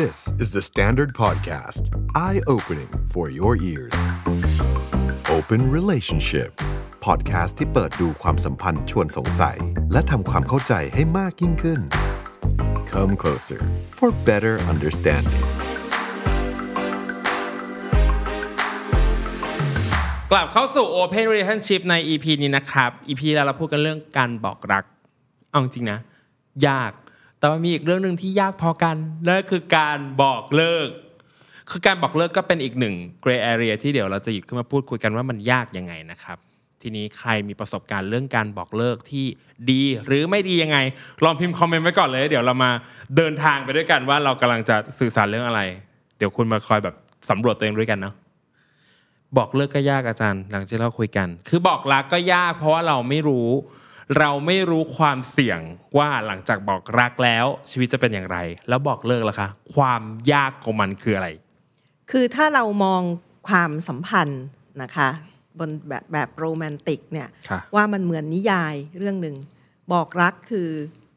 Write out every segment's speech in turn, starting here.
This is the Standard Podcast. Eye-opening for your ears. Open Relationship Podcast ที่เปิดดูความสัมพันธ์ชวนสงสัย และทำความเข้าใจให้มากยิ่งขึ้น Come closer for better understanding. กลับเข้าสู่ Open Relationship ใน EP นี้นะครับ EP แล้วเราพูดกันเรื่องการบอกรัก เอาจริงๆนะ ยาก แต่ว่ามีอีกเรื่องหนึ่งที่ยากพอกันนั่นก็คือการบอกเลิก คือการบอกเลิกก็เป็นอีกหนึ่ง gray area ที่เดี๋ยวเราจะหยิบขึ้นมาพูดคุยกันว่ามันยากยังไงนะครับ ทีนี้ใครมีประสบการณ์เรื่องการบอกเลิกที่ดีหรือไม่ดียังไง ลองพิมพ์คอมเมนต์ไว้ก่อนเลย เดี๋ยวเรามาเดินทางไปด้วยกันว่าเรากำลังจะสื่อสารเรื่องอะไร เดี๋ยวคุณมาคอยแบบสำรวจตัวเองด้วยกันเนาะ บอกเลิกก็ยากอาจารย์ หลังที่เราคุยกัน คือบอกรักก็ยาก เพราะว่าเราไม่รู้ เราไม่รู้ความเสี่ยงว่าหลังจากบอกรักแล้ว ชีวิตจะเป็นอย่างไร แล้วบอกเลิกล่ะคะ ความยากของมันคืออะไร คือถ้าเรามองความสัมพันธ์นะคะ บนแบบแบบโรแมนติกเนี่ย ค่ะ ว่ามันเหมือนนิยายเรื่องหนึ่งบอกรักคือ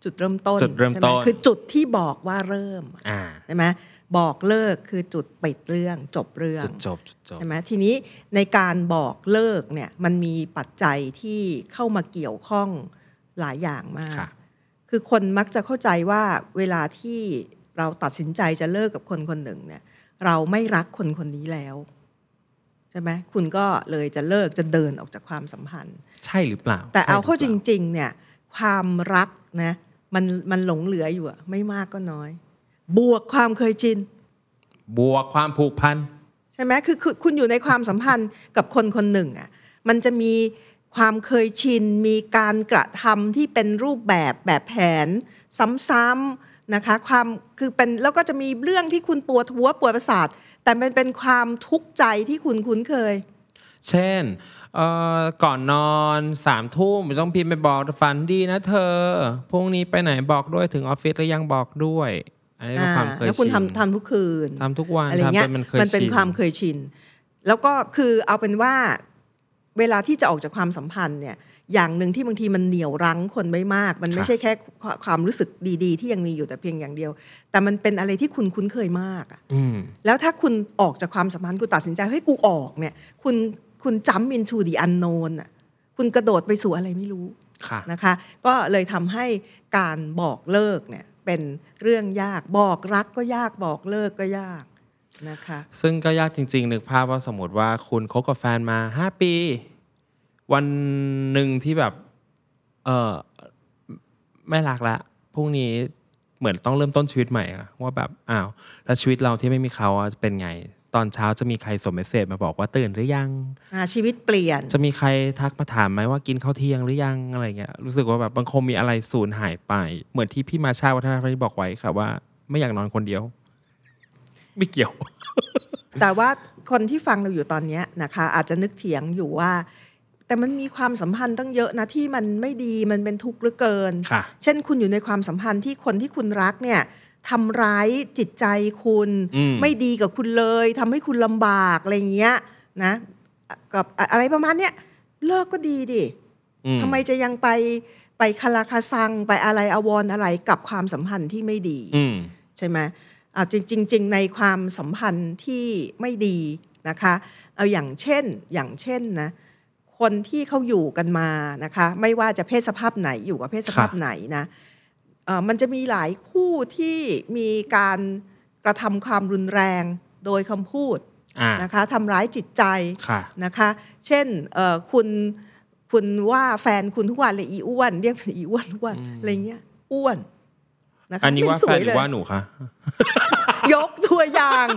จุดเริ่มต้น จุดเริ่มต้น ใช่ไหคือจุดที่บอกว่าเริ่ม อ่า ใช่ไหมบอกเลิกคือจุดปิดเรื่องจบเรื่อง จุดจบจุดจบ ใช่ไหมทีนี้ในการบอกเลิกเนี่ยมันมีปัจจัยที่เข้ามาเกี่ยวข้องหลายอย่างมาก ค่ะ คือคนมักจะเข้าใจว่าเวลาที่เราตัดสินใจจะเลิกกับคนคนหนึ่งเนี่ยเราไม่รักคนคนนี้แล้วใช่ไหมคุณก็เลยจะเลิกจะเดินออกจากความสัมพันธ์ ใช่หรือเปล่า แต่เอาเข้าจ ใช่หปล่ ริงๆเนี่ยความรักนะมันมันหลงเหลืออยู่อะไม่มากก็น้อย บวกความเคยชิน บวกความผูกพัน ใช่ไหมคือคือคุณอยู่ในความสัมพันธ์กับคนคนหนึ่งอ่ะ มันจะมีความเคยชิน มีการกระทำที่เป็นรูปแบบแบบแผนซ้ำๆนะคะ ความคือเป็นแล้วก็จะมีเรื่องที่คุณปวดหัวปวดประสาท แต่มันเป็นความทุกข์ใจที่คุณคุ้นเคย เช่นเอ่อก่อนนอนสามทุ่มต้องพิมพ์ไปบอกฝันดีนะเธอพรุ่งนี้ไปไหนบอกด้วยถึงออฟฟิศหรือยังบอกด้วยอันนี้เป็นความเคยชิน แล้วคุณทำทำทุกคืน ทำทุกวัน อะไรเงี้ย ทำจนมันเคย มันเป็น ชิน ความเคยชิน แล้วก็คือเอาเป็นว่าเวลาที่จะออกจากความสัมพันธ์เนี่ยอย่างหนึ่งที่บางทีมันเหนี่ยวรั้งคนไม่มาก มันไม่ใช่แค่ความรู้สึกดีๆ ที่ยังมีอยู่แต่เพียงอย่างเดียว แต่มันเป็นอะไรที่คุณคุ้นเคยมากอะ อืม แล้วถ้าคุณออกจากความสัมพันธ์คุณตัดสินใจให้ยกูออกเนี่ยคุณคุณจำ into the unknown อะคุณกระโดดไปสู่อะไรไม่รู้ ค่ะ นะคะก็เลยทำให้การบอกเลิกเนี่ยเป็นเรื่องยากบอกรักก็ยากบอกเลิกก็ยากนะคะ ซึ่งก็ยากจริง ๆ นึกภาพว่าสมมติว่าคุณคบกับแฟนมาห้าปี วันหนึ่งที่แบบ เออไม่รักละพรุ่งนี้เหมือนต้องเริ่มต้นชีวิตใหม่อะว่าแบบอ้าวแล้วชีวิตเราที่ไม่มีเขาอะจะเป็นไง ตอนเช้าจะมีใครส่งเมสเซจมาบอกว่าตื่นหรือยัง อ่าชีวิตเปลี่ยน จะมีใครทักมาถามไหมว่ากินข้าวเที่ยงหรือยังอะไรเงี้ยรู้สึกว่าแบบบางคงมีอะไรสูญหายไป เหมือนที่พี่มาชาวัฒนธรรมที่บอกไว้ค่ะว่า ไม่อยากนอนคนเดียว ไม่เกี่ยว แต่ว่าคนที่ฟังเราอยู่ตอนเนี้ยนะคะอาจจะนึกเถียงอยู่ว่า แต่มันมีความสัมพันธ์ตั้งเยอะนะที่มันไม่ดีมันเป็นทุกข์เหลือเกิน ค่ะ เช่น คุณอยู่ในความสัมพันธ์ที่คนที่คุณรักเนี่ยทำร้ายจิตใจคุณ อืม ไม่ดีกับคุณเลยทำให้คุณลำบากอะไรอย่างเงี้ยนะกับอะอะไรประมาณเนี้ยเลิกก็ดีดิ อื ทำไมจะยังไปไปคาราคาซังไปอะไรอาวรณ์อะไรกับความสัมพันธ์ที่ไม่ดี อืม ใช่ไหมอ่ะจริงจริง ๆ ในความสัมพันธ์ที่ไม่ดีนะคะ เอาอย่างเช่นอย่างเช่นนะคนที่เขาอยู่กันมานะคะ ไม่ว่าจะเพศสภาพไหนอยู่กับเพศสภาพ ค่ะ ไหนนะเอ่อมันจะมีหลายคู่ที่มีการกระทำความรุนแรงโดยคำพูด อ่า นะคะทำร้ายจิตใจ ค่ะ นะคะ เช่นเอ่อคุณคุณว่าแฟนคุณทุกวันเลยอีอ้วนเรียกอีอ้วนอ้วน อืม อะไรเงี้ยอ้วนนะคะ อันนี้ว่า ไม่ส แฟน ย หรื เลย อว่าหนูคะ ยกตัวอย่าง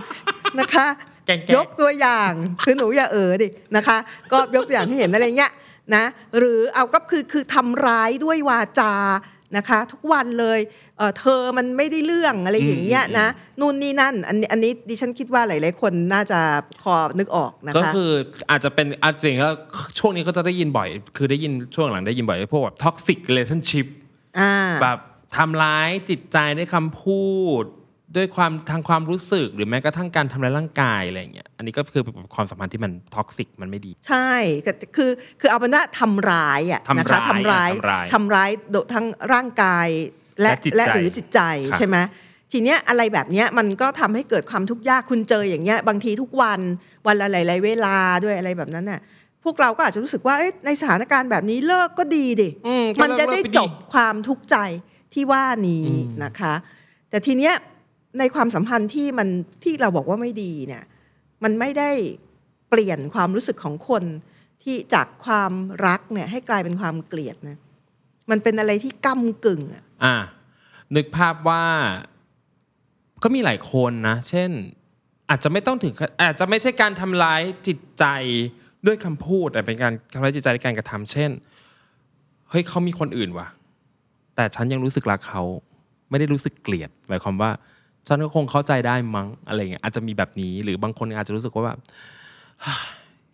นะคะ แกล้งๆ ยกตัวอย่างคือหนูอย่าเออดินะคะ ก็ยกตัวอย่างให้เห็นอะไรเงี้ยนะหรือเอาก็คือคือทำร้ายด้วยวาจานะคะ ทุกวันเลยเอ่อเธอมันไม่ได้เรื่องอะไรอย่างเงี้ยนะนู่นนี่นั่นอันนี้อันนี้ดิฉันคิดว่าหลายๆคนน่าจะพอนึกออกนะคะ ก็คืออาจจะเป็นอาจสิ่งที่ช่วงนี้ก็จะได้ยินบ่อย คือได้ยินช่วงหลังได้ยินบ่อยพวกแบบท็อกซิกเลชั่นชิพ อ่า แบบทำร้ายจิตใจด้วยคำพูด ด้วยความทางความรู้สึกหรือแม้กระทั่งการทำร้ายร่างกายอะไรอย่างเงี้ยอันนี้ก็คือความสัมพันธ์ที่มันท็อกซิกมันไม่ดี ใช่ก็คือคือเอาเป็นว่าทำร้ายอ่ะ ทำร้าย นะคะทำร้าย อ่ะทำร้าย ทำร้ายโดยทั้งร่างกายและ และจิตใจ และหรือจิตใจ ครับ ใช่ไหม ทีเนี้ยอะไรแบบเนี้ยมันก็ทำให้เกิดความทุกข์ยากคุณเจออย่างเงี้ยบางทีทุกวันวันละหลายๆเวลาด้วยอะไรแบบนั้นน่ะพวกเราก็อาจจะรู้สึกว่าเอ๊ะในสถานการณ์แบบนี้เลิกก็ดีดิ อื มันจะได้ ก็เลิกป จบความทุกข์ใจที่ว่านี้ อืม นะคะ แต่ทีเนี้ยในความสัมพันธ์ที่มันที่เราบอกว่าไม่ดีเนี่ยมันไม่ได้เปลี่ยนความรู้สึกของคนที่จากความรักเนี่ยให้กลายเป็นความเกลียดนะมันเป็นอะไรที่ก้ากึ่งอะ อ่ะนึกภาพว่าก็มีหลายคนนะ เช่น อาจจะไม่ต้องถึงขอาจจะไม่ใช่การทำร้ายจิตใจด้วยคำพูดแต่เป็นการทำร้ายจิตใจด้วยการกระทำเช่นเฮ้ยเขามีคนอื่นว่ะ แต่ฉันยังรู้สึกรักเขาไม่ได้รู้สึกเกลียดหมายความว่า ฉันก็คงเข้าใจได้มั้งอะไรเงี้ยอาจจะมีแบบนี้ หรือบางคนอาจจะรู้สึกว่าแบบ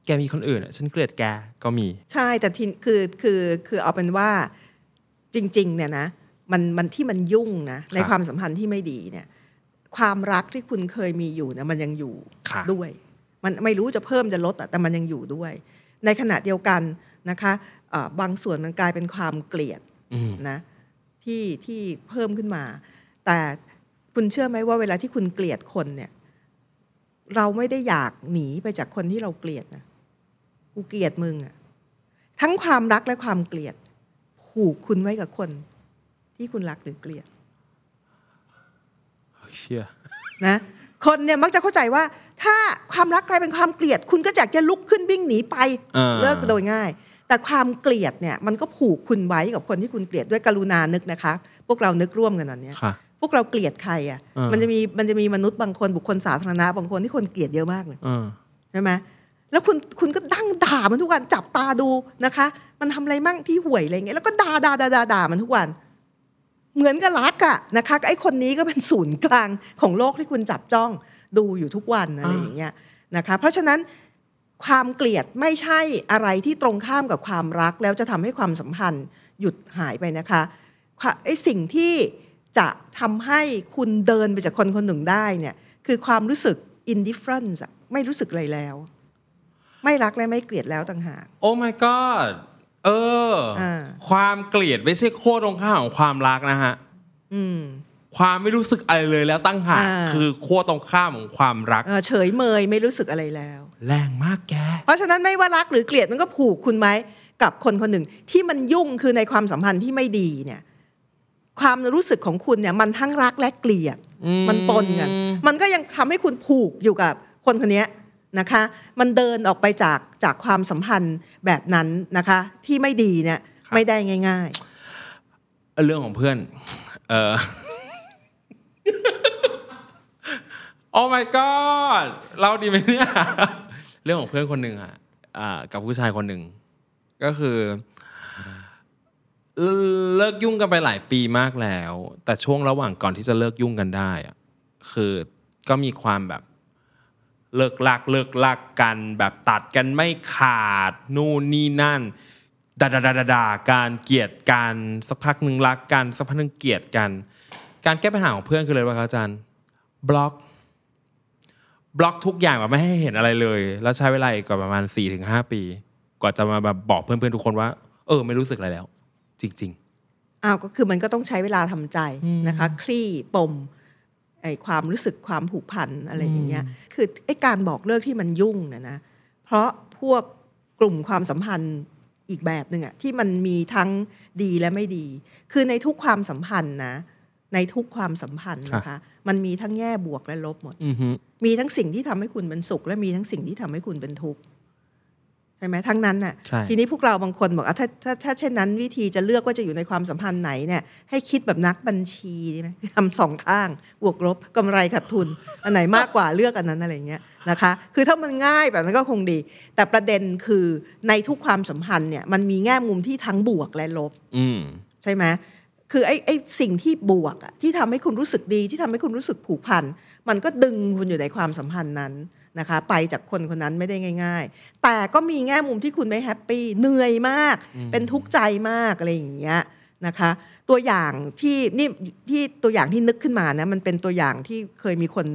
แกมีคนอื่นอะฉันเกลียดแกก็มี ใช่แต่ทีคือคือคือเอาเป็นว่าจริง ๆ เนี่ยนะมันมันที่มันยุ่งนะใน ครับ ความสัมพันธ์ที่ไม่ดีเนี่ยความรักที่คุณเคยมีอยู่เนี่ยมันยังอยู่ ค่ะ ด้วย มันไม่รู้จะเพิ่มจะลดอะแต่มันยังอยู่ด้วย ในขณะเดียวกันนะคะเอ่อบางส่วนมันกลายเป็นความเกลียด อืม นะที่ที่เพิ่มขึ้นมา แต่คุณเชื่อไหมว่าเวลาที่คุณเกลียดคนเนี่ยเราไม่ได้อยากหนีไปจากคนที่เราเกลียดนะกูเกลียดมึงอะทั้งความรักและความเกลียด ผูกคุณไว้กับคน ที่คุณรักหรือเกลียด เชื่อ นะคนเนี่ยมักจะเข้าใจว่า ถ้าความรักกลายเป็นความเกลียด คุณก็อยากจะลุกขึ้นวิ่งหนีไป อ่า เลิกโดยง่าย แต่ความเกลียดเนี่ยมันก็ผูกคุณไว้กับคนที่คุณเกลียดด้วยกรุณานึกนะคะ พวกเรานึกร่วมกันตอนเนี้ย ค่ะ พวกเราเกลียดใครอ่ะ อ่ามั มันจะมีมันจะมีมนุษย์บางคนบุคคลสาธารณะบางคนที่คนเกลียดเยอะมากเลย อืม ใช่ไหมแล้วคุณคุณก็ดั้งด่ามันทุกวันจับตาดูนะคะ มันทำอะไรมั่งพี่ห่วยอะไรเงี้ยแล้วก็ด่าด่าด่าด่าด่ามันทุกวัน เหมือนกับรักอะนะคะไอ้คนนี้ก็เป็นศูนย์กลางของโลกที่คุณจับจ้องดูอยู่ทุกวันอะไร อ่า อย่างเงี้ยนะคะ เพราะฉะนั้นความเกลียดไม่ใช่อะไรที่ตรงข้ามกับความรัก แล้วจะทำให้ความสัมพันธ์หยุดหายไปนะคะค่ะไอ้สิ่งที่จะทำให้คุณเดินไปจากคนคนหนึ่งได้เนี่ยคือความรู้สึก indifference อะไม่รู้สึกอะไรแล้ว ไม่รักและไม่เกลียดแล้วต่างหาก โอ้ my god เออ อ่า ความเกลียดไม่ใช่โคตรตรงข้ามของความรักนะฮะ อืม ความไม่รู้สึกอะไรเลยแล้วตั้งหาก อ่า คือโคตรตรงข้ามของความรัก เอ่อเฉยเมยไม่รู้สึกอะไรแล้ว แรงมากแก เพราะฉะนั้นไม่ว่ารักหรือเกลียดมันก็ผูกคุณไหมกับคนคนหนึ่ง ที่มันยุ่งคือในความสัมพันธ์ที่ไม่ดีเนี่ยความรู้สึกของคุณเนี่ยมันทั้งรักและเกลียด อืม มันปนกัน มันก็ยังทำให้คุณผูกอยู่กับคนคนเนี้ยนะคะ มันเดินออกไปจากจากความสัมพันธ์แบบนั้นนะคะ ที่ไม่ดีเนี่ยไม่ได้ง่าย เรื่องของเพื่อน เออ โอ้ my god เราดีไหมเนี่ย เรื่องของเพื่อนคนหนึ่งอะอ่ากับผู้ชายคนหนึ่ง ก็คือเลิเลิกยุ่งกันไปหลายปีมากแล้ว แต่ช่วงระหว่างก่อนที่จะเลิกยุ่งกันได้อะคือก็มีความแบบ เลิกลักเลิกลักกันแบบตัดกันไม่ขาด นู่นนี่นั่นด่าด่าด่าด่าด่าการเกลียดกันสักพักหนึ่งรักกันสักพักหนึ่งเกลียดกัน การแก้ปัญหาของเพื่อนคืออะไรวะครับอาจารย์บล็อก บล็อกทุกอย่างแบบไม่ให้เห็นอะไรเลย แล้วใช้เวลาอีกกว่าประมาณ4ี่ถึงหปี กว่าจะมาแบบบอกเพื่อนๆทุกคนว่า เออ ไม่รู้สึกอะไรแล้ว จริง ๆอ้าวก็คือมันก็ต้องใช้เวลาทำใจ อืม นะคะ คลี่ปมไอความรู้สึกความผูกพันอะไรอย่างเงี้ย คือไอ้การบอกเลิกที่มันยุ่งเนะนะ เพราะพวกกลุ่มความสัมพันธ์อีกแบบหนึ่งอะที่มันมีทั้งดีและไม่ดี คือในทุกความสัมพันธ์นะ ในทุกความสัมพันธ์นะคะ มันมีทั้งแง่บวกและลบหมด ๆ อือฮึ มีทั้งสิ่งที่ทำให้คุณเป็นสุข และมีทั้งสิ่งที่ทำให้คุณเป็นทุกข์ใช่ไหมทั้งนั้นน่ะ ใช่ ทีนี้พวกเราบางคนบอกอ่ะถ้าถ้าถ้าเช่นนั้นวิธีจะเลือกว่าจะอยู่ในความสัมพันธ์ไหนเนี่ยให้คิดแบบนักบัญชีดีไหม ทำสองข้างบวกลบกำไรขาดทุน อันไหนมากกว่าเลือกอันนั้นอะไรเงี้ยนะคะ คือถ้ามันง่ายแบบนั้นก็คงดี แต่ประเด็นคือในทุกความสัมพันธ์เนี่ยมันมีแง่มุมที่ทั้งบวกและลบ อืม ใช่ไหมคือไอ้ไอ้สิ่งที่บวกอะที่ทำให้คุณรู้สึกดีที่ทำให้คุณรู้สึกผูกพัน มันก็ดึงคุณอยู่ในความสัมพันธ์นั้นนะคะ ไปจากคนคนนั้นไม่ได้ง่าย ๆ แต่ก็มีแง่มุมที่คุณไม่แฮปปี้เหนื่อยมาก อืม เป็นทุกข์ใจมากอะไรอย่างเงี้ยนะคะ ตัวอย่างที่นี่ที่ตัวอย่างที่นึกขึ้นมานะมันเป็นตัวอย่างที่เคยมีคน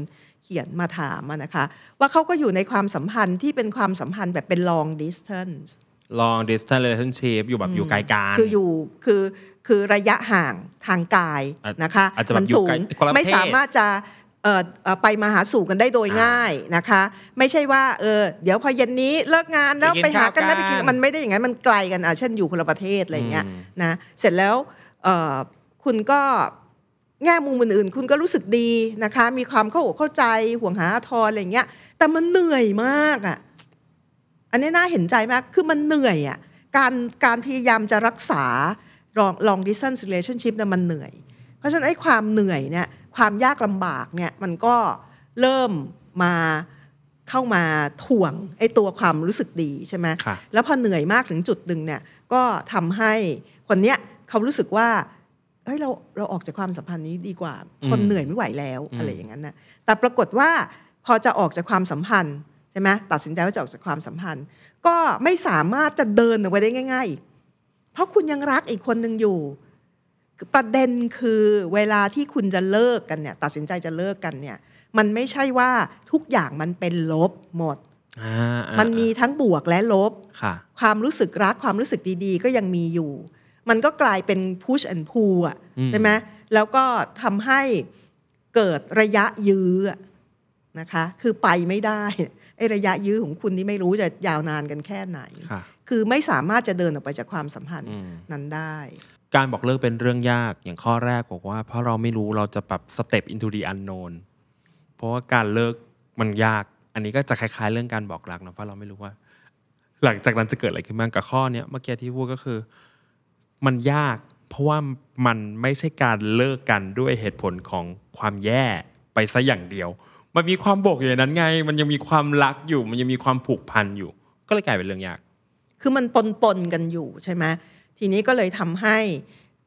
เขียนมาถามอะนะคะ ว่าเขาก็อยู่ในความสัมพันธ์ที่เป็นความสัมพันธ์แบบเป็น long distance long distance relationship อยู่แบบอยู่ไกลกัน คืออยู่คือคือระยะห่างทางกาย อ่ะ นะคะ อาจจะแบบ มั อยู่ สูง ไกลคนละประเทศ ไม่สามารถจะเอ่อเอ่อไปมาหาสู่กันได้โดย อ่า ง่ายนะคะ ไม่ใช่ว่าเออเดี๋ยวพอเย็นนี้เลิกงานแล้ว ไป ไป กิน หากัน ข้าว นะไปกิน กัน มันไม่ได้อย่างนั้นมันไกลกันอ่ะเช่นอยู่คนละประเทศอะไรอย่างเงี้ย อืม นะเสร็จแล้วเอ่อคุณก็แง่มุมอื่นๆ คุณก็รู้สึกดีนะคะ มีความเข้าอกเข้าใจห่วงหาอาทรอะไรอย่างเงี้ยแต่มันเหนื่อยมากอ่ะ อันนี้น่าเห็นใจมาก คือมันเหนื่อยอ่ะ การการพยายามจะรักษา long long distance relationship เนี่ยมันเหนื่อย เพราะฉะนั้นไอ้ความเหนื่อยเนี่ย ความยากลำบากเนี่ย มันก็เริ่มมาเข้ามาถ่วงไอ้ตัวความรู้สึกดีใช่ไหม ค่ะ แล้วพอเหนื่อยมากถึงจุดหนึ่งเนี่ย ก็ทำให้คนเนี้ยเขารู้สึกว่า เฮ้ยเราเราออกจากความสัมพันธ์นี้ดีกว่า อืม คนเหนื่อยไม่ไหวแล้ว อืม อะไรอย่างนั้นนะแต่ปรากฏว่าพอจะออกจากความสัมพันธ์ใช่ไหมตัดสินใจว่าจะออกจากความสัมพันธ์ ก็ไม่สามารถจะเดินออกไปได้ง่ายๆอีกเพราะคุณยังรักอีกคนหนึ่งอยู่ ประเด็นคือเวลาที่คุณจะเลิกกันเนี่ย ตัดสินใจจะเลิกกันเนี่ย มันไม่ใช่ว่าทุกอย่างมันเป็นลบหมด อ่าอ่า มันมีทั้งบวกและลบ ค่ะ ความรู้สึกรักความรู้สึกดีๆ ก็ยังมีอยู่ มันก็กลายเป็น push and pull อ่ะ อืม ใช่ไหมแล้วก็ทำให้เกิดระยะยื้ออะนะคะ คือไปไม่ได้ไอ้ระยะยื้อของคุณนี่ไม่รู้จะยาวนานกันแค่ไหน ค่ะ คือไม่สามารถจะเดินออกไปจากความสัมพันธ์ อืม นั้นได้ การบอกเลิกเป็นเรื่องยากอย่างข้อแรกบอกว่า เพราะเราไม่รู้เราจะปรับ step into the unknown เพราะว่าการเลิกมันยาก อันนี้ก็จะคล้าย ๆ เรื่องการบอกรักเนอะเพราะเราไม่รู้ว่า หลังจากนั้นจะเกิดอะไรขึ้นบ้างกับข้อเนี้ยเมื่อกี้ที่พูดก็คือ มันยาก เพราะว่ามันไม่ใช่การเลิกกันด้วยเหตุผลของความแย่ไปซะอย่างเดียว มันมีความโบกอยู่ในนั้นไง มันยังมีความรักอยู่ มันยังมีความผูกพันอยู่ ก็เลยกลายเป็นเรื่องยาก คือมันปนปนๆกันอยู่ใช่ไหมทีนี้ก็เลยทำให้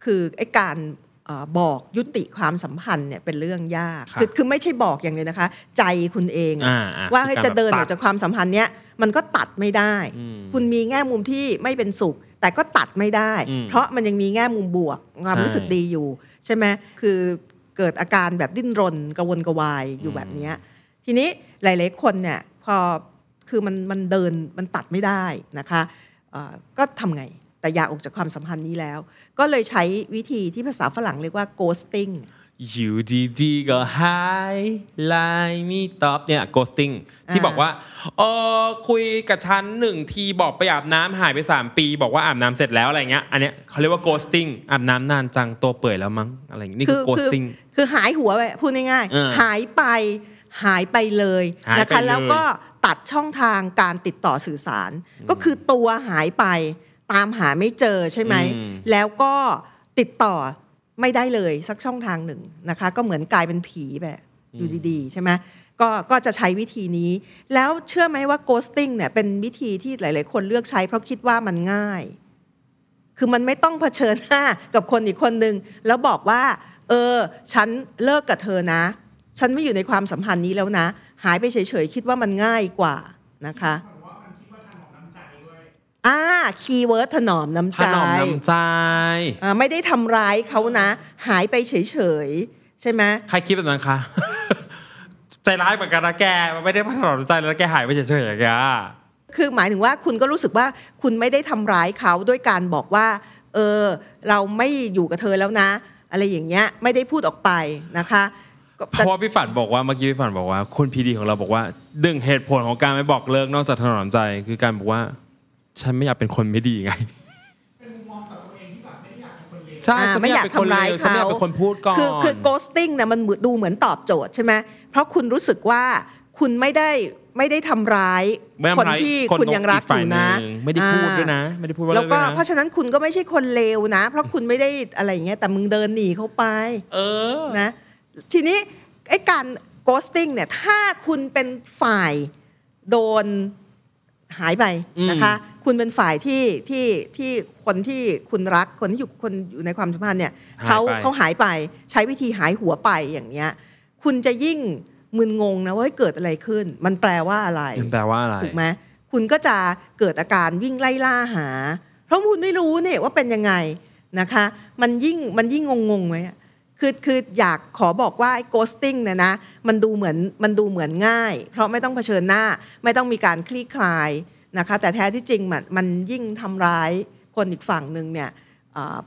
คือไอ้การเออบอกยุติความสัมพันธ์เนี่ยเป็นเรื่องยาก ครับ อคือไม่ใช่บอกอย่างเดียวนะคะ ใจคุณเองอะ อ่าอ่ ว่าให้ คือ จะเดิน แบบตัออกจากความสัมพันธ์เนี้ยมันก็ตัดไม่ได้ อืม คุณมีแง่มุมที่ไม่เป็นสุข แต่ก็ตัดไม่ได้ อืม เพราะมันยังมีแง่มุมบวกความ ใช่ รู้สึกดีอยู่ ใช่ไหมคือเกิดอาการแบบดิ้นรนกระวนกระวายอยู่แบบเนี้ยทีนี้หลาย ๆ คนเนี่ยพอคือมันมันเดินมันตัดไม่ได้นะคะเอ่อก็ทำไง แต่อยากออกจากความสัมพันธ์นี้แล้ว ก็เลยใช้วิธีที่ภาษาฝรั่งเรียกว่า ghosting อยู่ดีๆก็หายไลน์ไมีตอบเนี่ย ghosting ที่ อ่า บอกว่าเออคุยกับฉันหนึ่งทีบอกไปอาบน้ำหายไป 3 ปี บอกว่าอาบน้ำเสร็จแล้วอะไรเงี้ยอันเนี้ยเขาเรียกว่า ghosting อาบน้ำนานจังตัวเปื่อยแล้วมั้งอะไรอย่างงี้นี่คือ ghosting คือหายหัวไปพูดง่าย เออ หายไปหายไปเลย หายไป นะคะ เลย แล้วก็ตัดช่องทางการติดต่อสื่อสาร ก็คือตัวหายไปตามหาไม่เจอใช่ไหม แล้วก็ติดต่อไม่ได้เลยสักช่องทางหนึ่งนะคะ ก็เหมือนกลายเป็นผีแบบอยู่ดีๆ ใช่ไหมก็ก็จะใช้วิธีนี้ แล้วเชื่อไหมว่า ghosting เนี่ยเป็นวิธีที่หลาย ๆ คนเลือกใช้เพราะคิดว่ามันง่าย คือมันไม่ต้องเผชิญหน้ากับคนอีกคนนึง แล้วบอกว่า เออ ฉันเลิกกับเธอนะ ฉันไม่อยู่ในความสัมพันธ์นี้แล้วนะ หายไปเฉย ๆ คิดว่ามันง่ายกว่านะคะอ่าคีย์เวิร์ดถนอมน้ำ ถ ใจ นอมน้ำใจ อ่าไม่ได้ทำร้ายเขานะ หายไปเฉยๆ ใช่ไหม ใครคิดแบบนั้นคะ ใจร้ายเหมือนกันนะแกมันไม่ได้ถนอมน้ำใจแล้วแกหายไปเฉยๆอย่างเงี้ย คือหมายถึงว่าคุณก็รู้สึกว่าคุณไม่ได้ทำร้ายเขาด้วยการบอกว่า เออ เราไม่อยู่กับเธอแล้วนะ อะไรอย่างเงี้ยไม่ได้พูดออกไปนะคะก็ เพ แต่ ราะว่าพี่ฝันบอกว่าเมื่อกี้พี่ฝันบอกว่าคุณพีดีของเราบอกว่าดึงเหตุผลของการไม่บอกเลิกนอกจากถนอมใจคือการบอกว่า ฉันไม่อยากเป็นคนไม่ดีไงใช่ อ่า ฉัน ไม่ ไม่ออายยาก ก เป็นคน ทำ เล ร้ายว ฉันไม่อยาก เขา เป็นคนพูดก่อน คือคือ ghosting นะมันเหมือนดูเหมือนตอบโจทย์ใช่ไหมเพราะคุณรู้สึกว่าคุณไม่ได้ไม่ได้ทำร้าย ไม่ทำ คน ร้าย ที่ คน คุณยังรัก อีก อ ฝ่าย ยู่นะ หนึ่งไม่ได้พูดด้วยนะไม่ได้พูดว่า แล้วก็ เลิกด้วยนะ เพราะฉะนั้นคุณก็ไม่ใช่คนเลวนะ เพราะคุณไม่ได้อะไรอย่างเงี้ยแต่มึงเดินหนีเขาไป เออ นะทีนี้ไอ้การ ghosting เนี่ยถ้าคุณเป็นฝ่ายโดนหายไป อืม นะคะ คุณเป็นฝ่ายที่ที่ที่คนที่คุณรักคนที่อยู่คนอยู่ในความสัมพันธ์เนี่ยเขาเขาหายไปใช้วิธีหายหัวไปอย่างเนี้ยคุณจะยิ่งมึนงงนะว่าเฮ้ยเกิดอะไรขึ้น มันแปลว่าอะไร มันแปลว่าอะไร ถูกไหมคุณก็จะเกิดอาการวิ่งไล่ล่าหา เพราะคุณไม่รู้เนี่ยว่าเป็นยังไงนะคะ มันยิ่งมันยิ่งงงๆไหมอะคือคืออยากขอบอกว่าไอ้ ghosting เนี่ยนะ มันดูเหมือนมันดูเหมือนง่าย เพราะไม่ต้องเผชิญหน้า ไม่ต้องมีการคลี่คลาย นะคะแต่แท้ที่จริงมันมันยิ่งทำร้ายคนอีกฝั่งหนึ่งเนี่ยเอ่อ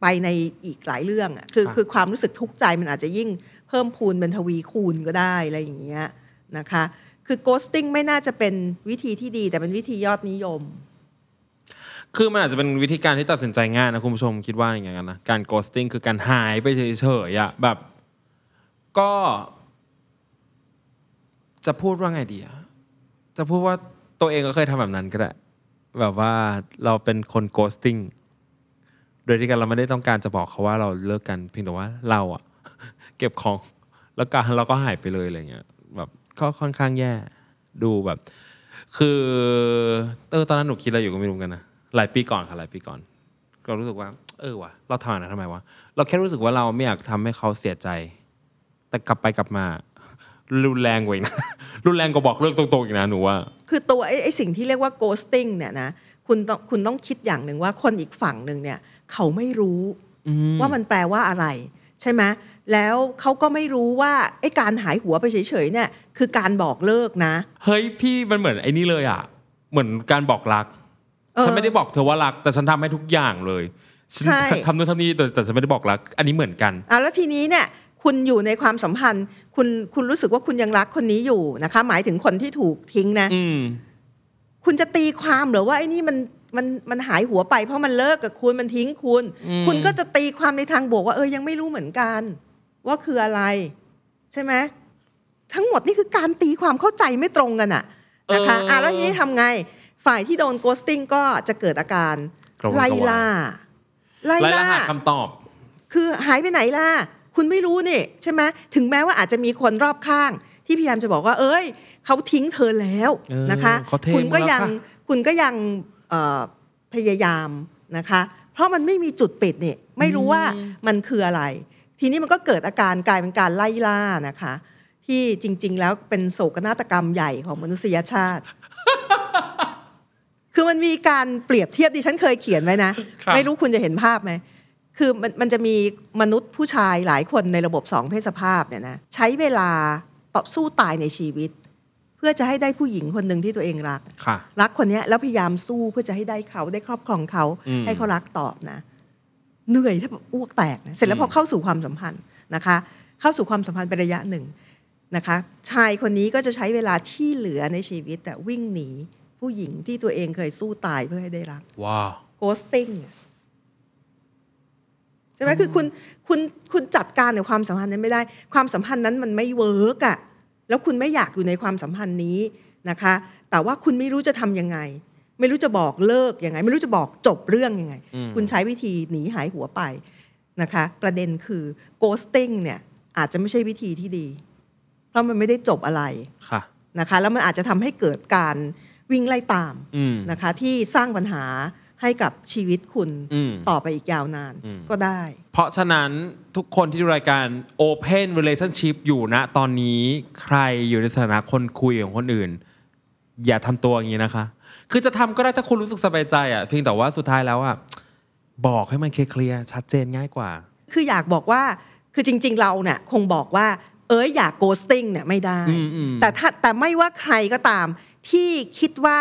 ไปในอีกหลายเรื่องอะคือ ครับ คือความรู้สึกทุกข์ใจมันอาจจะยิ่งเพิ่มพูนเป็นทวีคูณก็ได้อะไรอย่างเงี้ยนะคะคือ ghosting ไม่น่าจะเป็นวิธีที่ดีแต่เป็นวิธียอดนิยม คือมันอาจจะเป็นวิธีการที่ตัดสินใจง่ายนะคุณผู้ชมคิดว่าอย่างเงี้ยกันนะการ ghosting คือการหายไปเฉยๆอะแบบ ก็ จะพูดว่าไงดีอะจะพูดว่าตัวเองก็เคยทำแบบนั้นก็ได้แบบว่าเราเป็นคน ghosting โดยที่กันเราไม่ได้ต้องการจะบอกเขาว่าเราเลิกกันเพียงแต่ว่าเราอะ เก็บของ แล้วก็เราก็หายไปเลยอะไรเงี้ยแบบก็ค่อนข้างแย่ดูแบบ คือเออตอนนั้นหนูคิดอะไรอยู่ก็ไม่รู้เหมือนกันนะหลายปีก่อนค่ะหลายปีก่อน เรารู้สึกว่า เออวะเราทำอันนะทำไมวะเราแค่รู้สึกว่าเราไม่อยากทำให้เขาเสียใจ แต่กลับไปกลับมา รุนแรงกว่าอีกนะ รุนแรงกว่าบอกเลิกตรงๆอีกนะหนูว่า คือตัวไอ้ไอ้สิ่งที่เรียกว่า ghosting เนี่ยนะคุณต้องคุณต้องคิดอย่างหนึ่งว่าคนอีกฝั่งหนึ่งเนี่ยเขาไม่รู้ว่ามันแปลว่าอะไร ใช่ไหมแล้วเขาก็ไม่รู้ว่าไอ้การหายหัวไปเฉยๆเนี่ยคือการบอกเลิกนะ เฮ้ยพี่มันเหมือนไอ้นี่เลยอ่ะ เหมือนการบอกรัก เออ ฉันไม่ได้บอกเธอว่ารัก แต่ฉันทำให้ทุกอย่างเลยฉัน ใช่ ทำนู่นทำนี่แต่แต่ฉันไม่ได้บอกรัก อันนี้เหมือนกัน อ่ะแล้วทีนี้เนี่ยคุณอยู่ในความสัมพันธ์ คุณคุณรู้สึกว่าคุณยังรักคนนี้อยู่นะคะหมายถึงคนที่ถูกทิ้งนะ อืม คุณจะตีความเหรือว่าไอ้นี่มันมันมันหายหัวไปเพราะมันเลิกกับคุณมันทิ้งคุณ อืม คุณก็จะตีความในทางบวกว่าเออยังไม่รู้เหมือนกัน ว่าคืออะไร ใช่ไหมทั้งหมดนี่คือการตีความเข้าใจไม่ตรงกันอะนะคะอ่ะแล้วทีนี้ทำไง ฝ่ายที่โดนโกสติ้งก็จะเกิดอาการ กระวนกระวาย ไล่ล่าไล่ ไล่ร ล่า หัสคำตอบ คือหายไปไหนล่ะ คุณไม่รู้นี่ใช่ไหมถึงแม้ว่าอาจจะมีคนรอบข้าง ที่พยายามจะบอกว่า เอ้ย เขาทิ้งเธอแล้ว เออ นะคะ เขาเท คุณก็ มาแล้ว ยัง ค่ะ คุณก็ยังเอ่อพยายามนะคะ เพราะมันไม่มีจุดปิดนี่ไม่รู้ว่ามันคืออะไร ทีนี้มันก็เกิดอาการกลายเป็นการไล่ล่านะคะ ที่จริง ๆ แล้วเป็นโศกนาฏกรรมใหญ่ของมนุษยชาติ คือมันมีการเปรียบเทียบดิฉันเคยเขียนไว้นะ ครับ ไม่รู้คุณจะเห็นภาพไหม คือมันมันจะมีมนุษย์ผู้ชายหลายคนในระบบสองเพศสภาพเนี่ยนะใช้เวลาต่อสู้ตายในชีวิต เพื่อจะให้ได้ผู้หญิงคนหนึ่งที่ตัวเองรัก ค่ะ รักคนเนี้ยแล้วพยายามสู้เพื่อจะให้ได้เขาได้ครอบครองเขา อืม ให้เขารักตอบนะ เหนื่อยแทบอ้วกแตกนะเสร็จแล้ว อืม พอเข้าสู่ความสัมพันธ์นะคะ เข้าสู่ความสัมพันธ์เป็นระยะหนึ่งนะคะ ชายคนนี้ก็จะใช้เวลาที่เหลือในชีวิตแต่วิ่งหนีผู้หญิงที่ตัวเองเคยสู้ตายเพื่อให้ได้รัก ว้าว โกสติ้งใช่ไหมคือคุณคุณคุณจัดการกับความสัมพันธ์นั้นไม่ได้ ความสัมพันธ์นั้นมันไม่เวิร์กอะแล้วคุณไม่อยากอยู่ในความสัมพันธ์นี้นะคะ แต่ว่าคุณไม่รู้จะทำยังไง ไม่รู้จะบอกเลิกยังไง ไม่รู้จะบอกจบเรื่องยังไง อืม คุณใช้วิธีหนีหายหัวไปนะคะ ประเด็นคือโกสติ้งเนี่ย อาจจะไม่ใช่วิธีที่ดี เพราะมันไม่ได้จบอะไร ค่ะ นะคะ แล้วมันอาจจะทำให้เกิดการวิ่งไล่ตาม อืม นะคะที่สร้างปัญหาให้กับชีวิตคุณ อืม ต่อไปอีกยาวนาน อืม ก็ได้ เพราะฉะนั้นทุกคนที่ดูรายการ Open Relationship อยู่นะ ตอนนี้ใครอยู่ในสถานะคนคุยของคนอื่น อย่าทำตัวอย่างนี้นะคะ คือจะทำก็ได้ถ้าคุณรู้สึกสบายใจอ่ะเพียงแต่ว่าสุดท้ายแล้วอ่ะบอกให้มันเคลียร์ๆชัดเจนง่ายกว่า คืออยากบอกว่าคือจริง ๆ เราเนี่ยคงบอกว่า เอ้ยอยากโกสติ้งเนี่ยไม่ได้ อืมอืม แต่ถ้าแต่ไม่ว่าใครก็ตาม ที่คิดว่า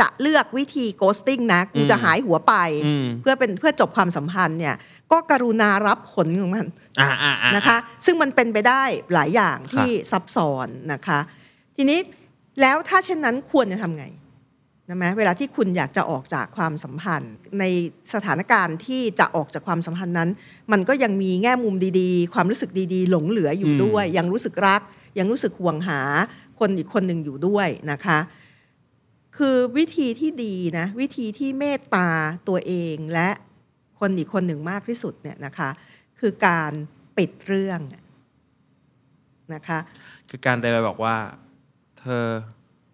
จะเลือกวิธีโกสติ้งนะกูจะหายหัวไป อืม เพื่อเป็นเพื่อจบความสัมพันธ์เนี่ยก็กรุณารับผลของมัน อ่าอ่าอ่า นะคะซึ่งมันเป็นไปได้หลายอย่าง ค่ะ ที่ซับซ้อนนะคะ ทีนี้แล้วถ้าเช่นนั้นควรจะทำไงนะไหมเวลาที่คุณอยากจะออกจากความสัมพันธ์ ในสถานการณ์ที่จะออกจากความสัมพันธ์นั้น มันก็ยังมีแง่มุมดีๆ ความรู้สึกดีๆ หลงเหลืออยู่ด้วย ยังรู้สึกรัก ยังรู้สึกห่วงหาคนอีกคนหนึ่งอยู่ด้วยนะคะ คือวิธีที่ดีนะวิธีที่เมตตาตัวเองและคนอีกคนหนึ่งมากที่สุดเนี่ยนะคะ คือการปิดเรื่องนะคะ คือการได้ไปบอกว่า เธอ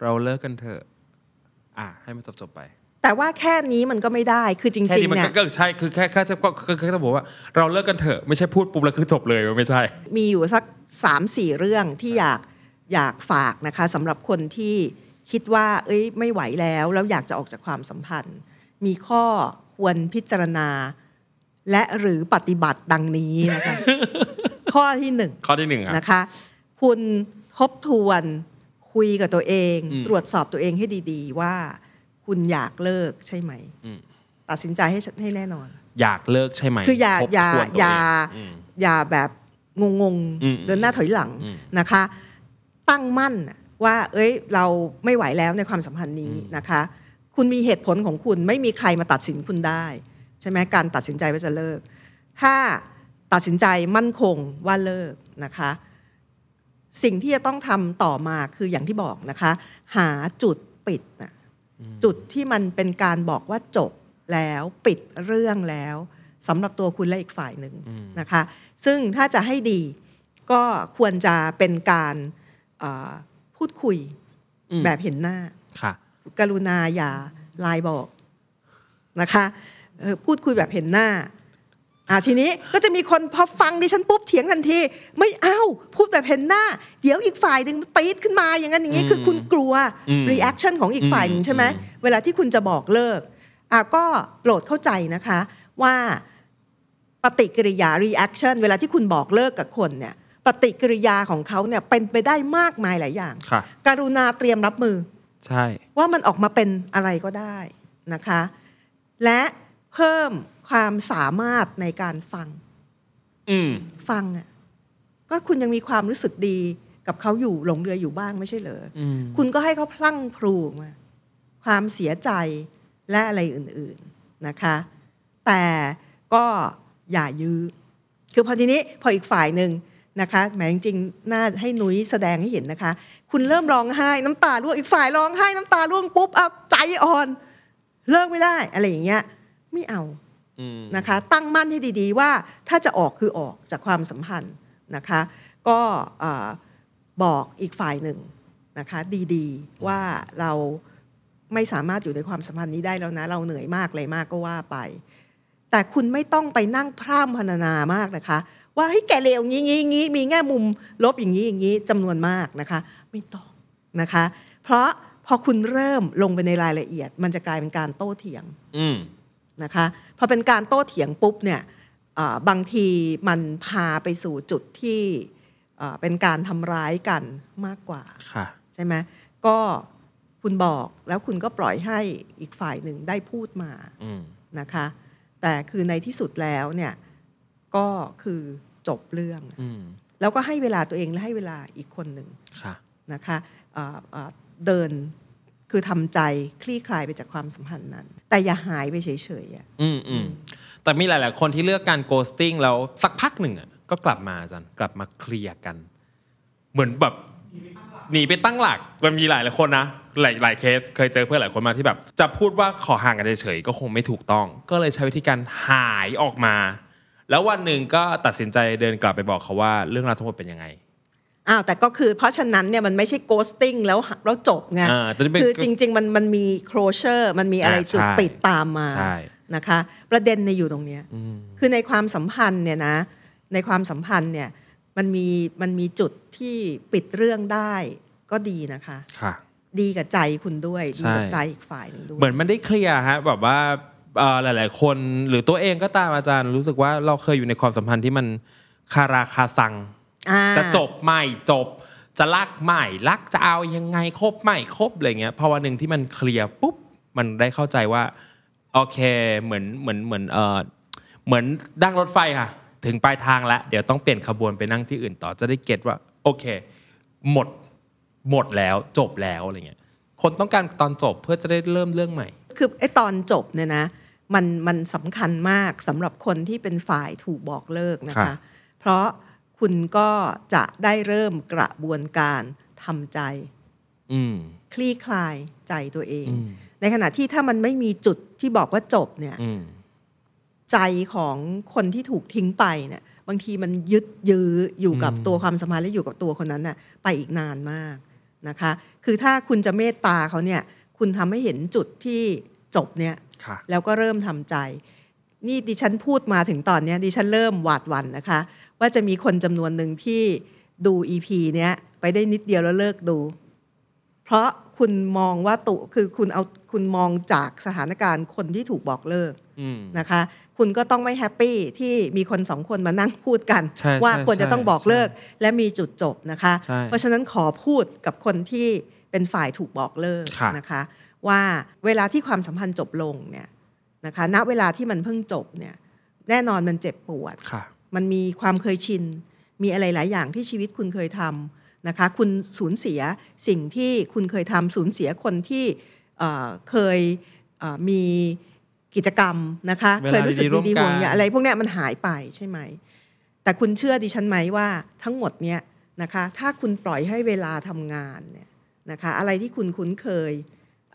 เราเลิกกันเถอะอ่ะให้มันจบจบๆไป แต่ว่าแค่นี้มันก็ไม่ได้คือจ แค่ ริง นี้ ๆ มัน เนี่ย ก็ก็ใช่คือแค่แค่จะก็ก็ก็จะบอกว่า เราเลิกกันเถอะไม่ใช่พูดปุ๊บแล้วคือจบเลยมันไม่ใช่ มีอยู่สักสามสี่เรื่องที่อยากอยากฝากนะคะสำหรับคนที่คิดว่า เอ้ยไม่ไหวแล้วแล้วอยากจะออกจากความสัมพันธ์ มีข้อควรพิจารณา และหรือปฏิบัติดังนี้ นะคะ ข้อที่หนึ่ง ข้อที่หนึ่งอ่ะ นะคะ คุณทบทวนคุยกับตัวเอง อืม ตรวจสอบตัวเองให้ดี ๆ ว่า คุณอยากเลิกใช่ไหม อืม ตัดสินใจให้ให้แน่นอน อยากเลิกใช่ไหม คืออย่า ทบ อย่า ทวนตัวเง อย่า อืม อย่าแบบงงงๆ อืม เดินหน้าถอยหลัง อืม นะคะ ตั้งมั่นว่า เอ้ย เราไม่ไหวแล้วในความสัมพันธ์นี้ อืม นะคะ คุณมีเหตุผลของคุณไม่มีใครมาตัดสินคุณได้ ใช่ไหมการตัดสินใจว่าจะเลิก ถ้าตัดสินใจมั่นคงว่าเลิกนะคะ สิ่งที่จะต้องทำต่อมาคืออย่างที่บอกนะคะ หาจุดปิดนะ จุดที่มันเป็นการบอกว่าจบแล้วปิดเรื่องแล้วสำหรับตัวคุณและอีกฝ่ายหนึ่ง อืม นะคะ ซึ่งถ้าจะให้ดีก็ควรจะเป็นการเอ่อพูดคุย อืม แบบเห็นหน้า ค่ะ กรุณาอย่าไลายบอกนะคะเอ่อพูดคุยแบบเห็นหน้าอ่าทีนี้ก็จะมีคนพอฟังดิฉันปุ๊บเถียงทันที ไม่เอาพูดแบบเห็นหน้า เดี๋ยวอีกฝ่ายหนึ่งปี๊ดขึ้นมาอย่างนั้นอย่างนี้ อืม คือคุณกลัว อืม reaction ของอีกฝ่ายหนึ่งใช่ไหม อืม เวลาที่คุณจะบอกเลิกอ่ะก็โปรดเข้าใจนะคะ ว่าปฏิกิริยา reaction เวลาที่คุณบอกเลิกกับคนเนี่ย ปฏิกิริยาของเขาเนี่ยเป็นไปได้มากมายหลายอย่าง ค่ะ กรุณาเตรียมรับมือ ใช่ ว่ามันออกมาเป็นอะไรก็ได้นะคะ และเพิ่มความสามารถในการฟัง อืม ฟังอ่ะก็คุณยังมีความรู้สึกดีกับเขาอยู่หลงเรืออยู่บ้างไม่ใช่เหรอ อืม คุณก็ให้เขาพลั่งพลูออกมาความเสียใจและอะไรอื่นๆนะคะ แต่ก็อย่ายื้อคือพอทีนี้พออีกฝ่ายหนึ่งนะคะแหมจริงๆน่าให้หนุยแสดงให้เห็นนะคะ คุณเริ่มร้องไห้น้ำตาร่วงอีกฝ่ายร้องไห้น้ำตาร่วงปุ๊บเอาใจอ่อน เลิกไม่ได้อะไรอย่างเงี้ยไม่เอา อืม นะคะ ตั้งมั่นให้ดีๆ ว่าถ้าจะออกคือออกจากความสัมพันธ์นะคะ ก็เอ่อบอกอีกฝ่ายหนึ่งนะคะ ดีๆว่าเราไม่สามารถอยู่ในความสัมพันธ์นี้ได้แล้วนะ เราเหนื่อยมากเลยมากก็ว่าไป แต่คุณไม่ต้องไปนั่งพร่ำพรรณนามากนะคะ ว่าเฮ้ยแกเลวงี้งี้งี้มีแง่มุมลบอย่างนี้อย่างนี้จำนวนมากนะคะ ไม่ต้องนะคะ เพราะพอคุณเริ่มลงไปในรายละเอียด มันจะกลายเป็นการโต้เถียง อืม นะคะพอเป็นการโต้เถียงปุ๊บเนี่ยเอ่อบางทีมันพาไปสู่จุดที่เอ่อเป็นการทำร้ายกันมากกว่า ค่ะ ใช่ไหมก็คุณบอกแล้วคุณก็ปล่อยให้อีกฝ่ายหนึ่งได้พูดมา อืม นะคะ แต่คือในที่สุดแล้วเนี่ยก็คือจบเรื่อง อืม แล้วก็ให้เวลาตัวเองและให้เวลาอีกคนหนึ่ง ค่ะ นะคะเอ่อเอ่อเดินคือทำใจคลี่คลายไปจากความสัมพันธ์นั้น แต่อย่าหายไปเฉยๆอะ อืมอืมแต่มีหลาย ๆ คนที่เลือกการโกสติ้งแล้วสักพักหนึ่งอ่ะก็กลับมาอาจารย์กลับมาเคลียร์กัน เหมือนแบบหนีไปตั้งหลักมันมีหลายหลายๆคนนะหลายหลายเคส เคยเจอเพื่อนหลายคนมาที่แบบ จะพูดว่าขอห่างกันเฉยๆก็คงไม่ถูกต้อง ก็เลยใช้วิธีการหายออกมา แล้ววันหนึ่งก็ตัดสินใจเดินกลับไปบอกเขาว่าเรื่องราวทั้งหมดเป็นยังไง อ้าวแต่ก็คือเพราะฉะนั้นเนี่ยมันไม่ใช่ ghosting แล้วแล้วจบไง อ่าแต่นี่เป็น คือจริง ๆ มันมันมี closure มันมีอะไร อ่า จุด ใช่ ปิดตามมา ใช่ นะคะ ประเด็นในยอยู่ตรงเนี้ย อืม คือในความสัมพันธ์เนี่ยนะในความสัมพันธ์เนี่ยมันมีมันมีจุดที่ปิดเรื่องได้ก็ดีนะคะ ค่ะ ดีกับใจคุณด้วย ใช่ ดีกับใจอีกฝ่ายหนึ่งด้วย เหมือนมันได้เคลียร์ฮะแบบว่าเอ่อหลาย ๆ คนหรือตัวเองก็ตามอาจารย์รู้สึกว่าเราเคยอยู่ในความสัมพันธ์ที่มันคาราคาซัง อ่า จะจบใหม่จบ จะรักใหม่รักจะเอายังไงคบใหม่คบอะไรเงี้ยพอวันหนึ่งที่มันเคลียร์ปุ๊บมันได้เข้าใจว่าโอเคเหมือนเหมือนเหมือนเออเหมือนดั่งรถไฟค่ะ ถึงปลายทางแล้วเดี๋ยวต้องเปลี่ยนขบวนไปนั่งที่อื่นต่อจะได้เก็ตว่าโอเค หมดหมดแล้วจบแล้วอะไรเงี้ยคนต้องการตอนจบเพื่อจะได้เริ่มเรื่องใหม่ คือไอ้ตอนจบเนี่ยนะมันมันสำคัญมากสำหรับคนที่เป็นฝ่ายถูกบอกเลิกนะ ครั คะ บ เพราะคุณก็จะได้เริ่มกระบวนการทำใจ อืม คลี่คลายใจตัวเอง อืม ในขณะที่ถ้ามันไม่มีจุดที่บอกว่าจบเนี่ย อืม ใจของคนที่ถูกทิ้งไปเนี่ยบางทีมันยึดยื้ออยู่กับตัวความสัมพันธ์และอยู่กับตัวคนนั้นน่ะไปอีกนานมากนะคะ คือถ้าคุณจะเมตตาเขาเนี่ยคุณทำให้เห็นจุดที่จบเนี่ย ค่ะ แล้วก็เริ่มทำใจ นี่ดิฉันพูดมาถึงตอนเนี้ยดิฉันเริ่มหวาดหวันนะคะ ว่าจะมีคนจำนวนหนึ่งที่ดู EP เนี้ยไปได้นิดเดียวแล้วเลิกดู เพราะคุณมองว่าตุคือคุณเอาคุณมองจากสถานการณ์คนที่ถูกบอกเลิก อืม นะคะ คุณก็ต้องไม่แฮปปี้ที่มีคนสองคนมานั่งพูดกัน ใช่ใช่ ว่าควรจะต้องบอก ใช่ เลิกและมีจุดจบนะคะ ใช่ เพราะฉะนั้นขอพูดกับคนที่เป็นฝ่ายถูกบอกเลิก ค่ะ นะคะ ว่าเวลาที่ความสัมพันธ์จบลงเนี่ยนะคะณเวลาที่มันเพิ่งจบเนี่ยแน่นอนมันเจ็บปวด ค่ะ มันมีความเคยชิน มีอะไรหลายอย่างที่ชีวิตคุณเคยทำนะคะ คุณสูญเสียสิ่งที่คุณเคยทำสูญเสียคนที่เอ่อเคยเอ่อมีกิจกรรมนะคะ เวลา เคยรู้สึก ดีๆร่วม ดีกันๆห่วงใยอะไรพวกเนี้ยมันหายไปใช่ไหม แต่คุณเชื่อดิฉันไหมว่าทั้งหมดเนี้ยนะคะ ถ้าคุณปล่อยให้เวลาทำงานเนี่ยนะคะ อะไรที่คุณคุ้นเคย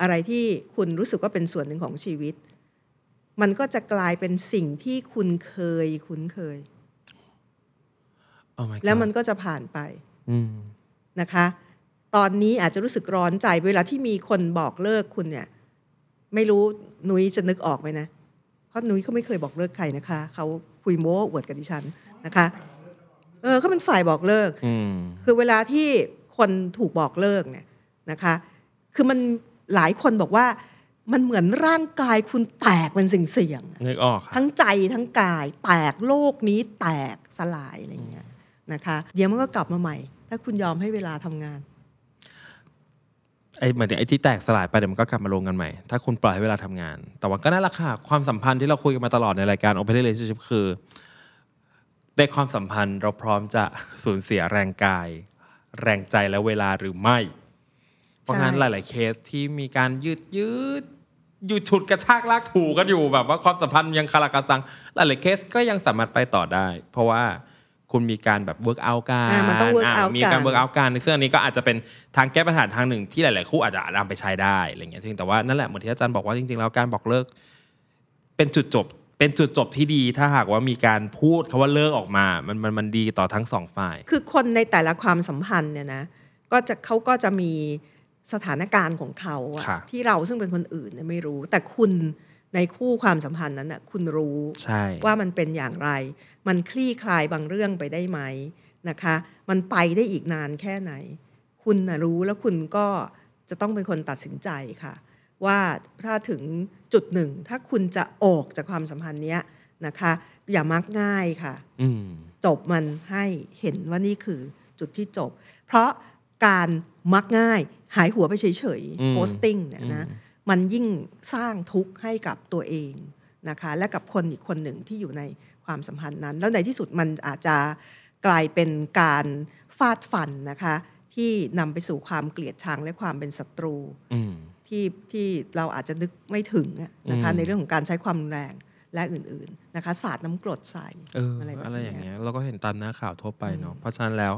อะไรที่คุณรู้สึกว่าเป็นส่วนหนึ่งของชีวิต มันก็จะกลายเป็นสิ่งที่คุณเคยคุ้นเคย โอ้ my god แล้วมันก็จะผ่านไป อืม นะคะ ตอนนี้อาจจะรู้สึกร้อนใจเวลาที่มีคนบอกเลิกคุณเนี่ย ไม่รู้นุ้ยจะนึกออกไหมนะ เพราะนุ้ยเขาไม่เคยบอกเลิกใครนะคะ เขาคุยโม้อวดกับดิฉันนะคะ เออเขาเป็นฝ่ายบอกเลิก อืม คือเวลาที่คนถูกบอกเลิกเนี่ยนะคะ คือมันหลายคนบอกว่ามันเหมือนร่างกายคุณแตกเป็นสิ่งเสี่ยงๆอะ นึกออกค่ะ ทั้งใจทั้งกายแตกโลกนี้แตกสลายอะไรอย่างเงี้ยนะคะ เดี๋ยวมันก็กลับมาใหม่ ถ้าคุณยอมให้เวลาทำงาน ไอ้หมายถึงไอ้ที่แตกสลายไปเดี๋ยวมันก็กลับมาลงกันใหม่ ถ้าคุณปล่อยให้เวลาทำงาน แต่ว่าก็นั่นแหละค่ะ ความสัมพันธ์ที่เราคุยกันมาตลอดในรายการ Open Relationship คือ ในความสัมพันธ์เราพร้อมจะ สูญเสียแรงกาย แรงใจและเวลาหรือไม่ เพราะงั้น ใช่ หลาย ๆ เคสที่มีการยืดยืดอยู่ฉุดกระชากลากถูกันอยู่แบบว่าความสัมพันธ์ยังคาราคาซังหลาย ๆ เคสก็ยังสามารถไปต่อได้ เพราะว่าคุณมีการแบบเวิร์กเอาการ อ่ามันต้อง work out มีการ กัน เวิร์กเอาการซึ่งอันนี้ก็อาจจะเป็นทางแก้ปัญหาทางหนึ่งที่หลาย ๆ คู่อาจจะนำไปใช้ได้อะไรเงี้ยซึ่งแต่ว่านั่นแหละเหมือนที่อาจารย์บอกว่าจริง ๆ แล้วการบอกเลิก เป็นจุดจบ เป็นจุดจบที่ดี ถ้าหากว่ามีการพูดคำว่าเลิกออกมา มันมันมันดีต่อทั้งสองฝ่าย คือคนในแต่ละความสัมพันธ์เนี่ยนะก็จะเขาก็จะมีสถานการณ์ของเขาอะ ค่ะ ที่เราซึ่งเป็นคนอื่นเนี่ยไม่รู้ แต่คุณในคู่ความสัมพันธ์นั้นน่ะคุณรู้ ใช่ ว่ามันเป็นอย่างไร มันคลี่คลายบางเรื่องไปได้ไหมนะคะ มันไปได้อีกนานแค่ไหน คุณนะรู้แล้วคุณก็จะต้องเป็นคนตัดสินใจค่ะ ว่าถ้าถึงจุดหนึ่ง ถ้าคุณจะออกจากความสัมพันธ์เนี้ยนะคะ อย่ามักง่ายค่ะ อืม จบมันให้เห็นว่านี่คือจุดที่จบ เพราะการมักง่ายหายหัวไปเฉย อืม ๆ posting เนี่ยนะ อืม มันยิ่งสร้างทุกข์ให้กับตัวเองนะคะและกับคนอีกคนหนึ่งที่อยู่ในความสัมพันธ์นั้น แล้วในที่สุดมันอาจจะกลายเป็นการฟาดฟันนะคะที่นำไปสู่ความเกลียดชังและความเป็นศัตรู อืม ที่ที่เราอาจจะนึกไม่ถึงอะนะคะ อืม ในเรื่องของการใช้ความรุนแรงและอื่นๆนะคะสาดน้ำกรดใส่ เออ อะ อะไร แบบ ไรอย่าง เนี้ย เงี้ยเราก็เห็นตามหน้าข่าวทั่วไปเนาะเพราะฉะนั้นแล้ว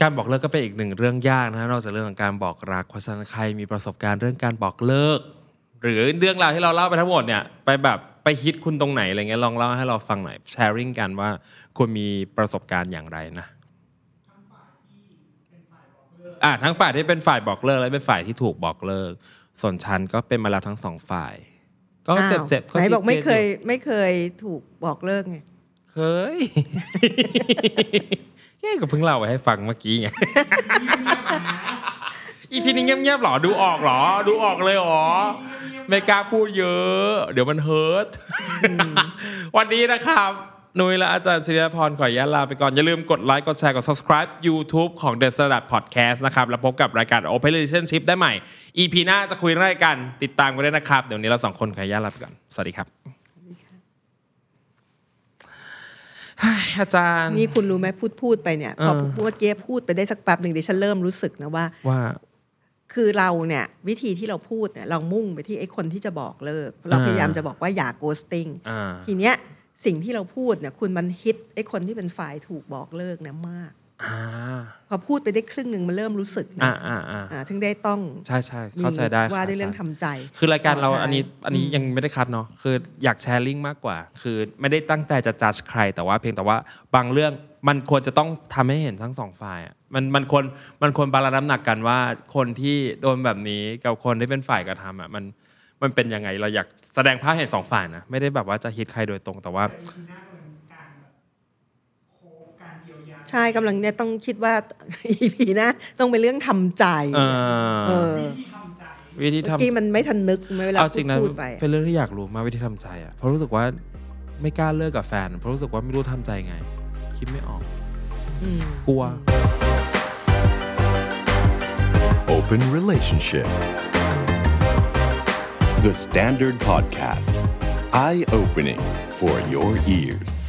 การบอกเลิกก็เป็นอีกหนึ่งเรื่องยากนะนอกจากเรื่องของการบอกรักเพราะฉะนั้นใครมีประสบการณ์เรื่องการบอกเลิก หรือเรื่องราวที่เราเล่าไปทั้งหมดเนี่ย ไปแบบไปฮิตคุณตรงไหนอะไรเงี้ยลองเล่าให้เราฟังหน่อยแชร์ริ่งกันว่าคุณมีประสบการณ์อย่างไรนะอ่ะทั้งฝ่ายที่เป็นฝ่ายบอกเลิกและเป็นฝ่ายที่ถูกบอกเลิก ส่วนฉันก็เป็นมาแล้วทั้งสองฝ่าย ก็ าว เจ็บเจ็บๆก็ ไหนบอก จี๊ ไม่ ดๆ เคย อ ไม่เคยถูกบอกเลิกไง เคย เย้ก็เพิ่งเล่าไว้ให้ฟังเมื่อกี้ไง อีพีนี้เงียบๆหรอ ดูออกหรอ ดูออกเลยหรอ ไม่กล้าพูดเยอะ เดี๋ยวมันเฮิร์ต วันนี้นะครับ นุ้ยและอาจารย์ศิริพรขออนุญาตลาไปก่อน อย่าลืมกดไลค์ กดแชร์ กด subscribe YouTube ของ The Standard Podcast นะครับ แล้วพบกับรายการ Open Relationship ได้ใหม่ EP หน้าจะคุยเรื่องอะไรกัน ติดตามกันด้วยนะครับ เดี๋ยววนนี้เราสองคนขออนุญาตลาไปก่อน สวัสดีครับเฮ้ยอาจารย์ นี่คุณรู้ไหมพูดพูดไปเนี่ยพอ เออ พูดเมื่อกี้พูดไปได้สักแป๊บหนึ่งดิฉันเริ่มรู้สึกนะว่า ว่า คือเราเนี่ยวิธีที่เราพูดเนี่ยเรามุ่งไปที่ไอ้คนที่จะบอกเลิก เรา อ่า พยายามจะบอกว่าอย่าโกสติ้ง อ่า ทีเนี้ยสิ่งที่เราพูดเนี่ยคุณมันฮิตไอ้คนที่เป็นฝ่ายถูกบอกเลิกเนี่ยมาก อ่า พอพูดไปได้ครึ่งหนึ่งมันเริ่มรู้สึกนะ อ่าอ่าอ่า อ่าถึงได้ต้อง ใช่ใช่เข้าใจได้ ว่า ค่ะ ด้วยเรื่อง จย์ ทำใจ คือรายการเรา ต่อท้าย อันนี้อันนี้ อืม ยังไม่ได้คัดเนาะคืออยากแชร์ลิงก์มากกว่า คือไม่ได้ตั้งใจจะจัดใครแต่ว่าเพียงแต่ว่าบางเรื่องมันควรจะต้องทำให้เห็นทั้งสองฝ่ายอะมันมันควรมันควรบาลานซ์น้ำหนักกันว่าคนที่โดนแบบนี้กับคนที่เป็นฝ่ายกระทำอ่ะมันมันเป็นยังไงเราอยากแสดงภาพเห็นสองฝ่ายนะไม่ได้แบบว่าจะฮิตใครโดยตรงแต่ว่า ใช่กำลังเนี่ยต้องคิดว่า อีพีนะต้องเป็นเรื่องทำใจ เอ เอ อ อ วิธี เมื่อ ทำ กี้มันไม่ทันนึกไม่เวลา เอาจ พู ริ ด งนะ พูดไป เป็นเรื่องที่อยากรู้มากวิธีทำใจอ่ะเพราะรู้สึกว่าไม่กล้าเลิกกับแฟน เพราะรู้สึกว่าไม่รู้ทำใจไง คิดไม่ออก อืม กลัว Open Relationship The Standard Podcast. Eye opening for your ears.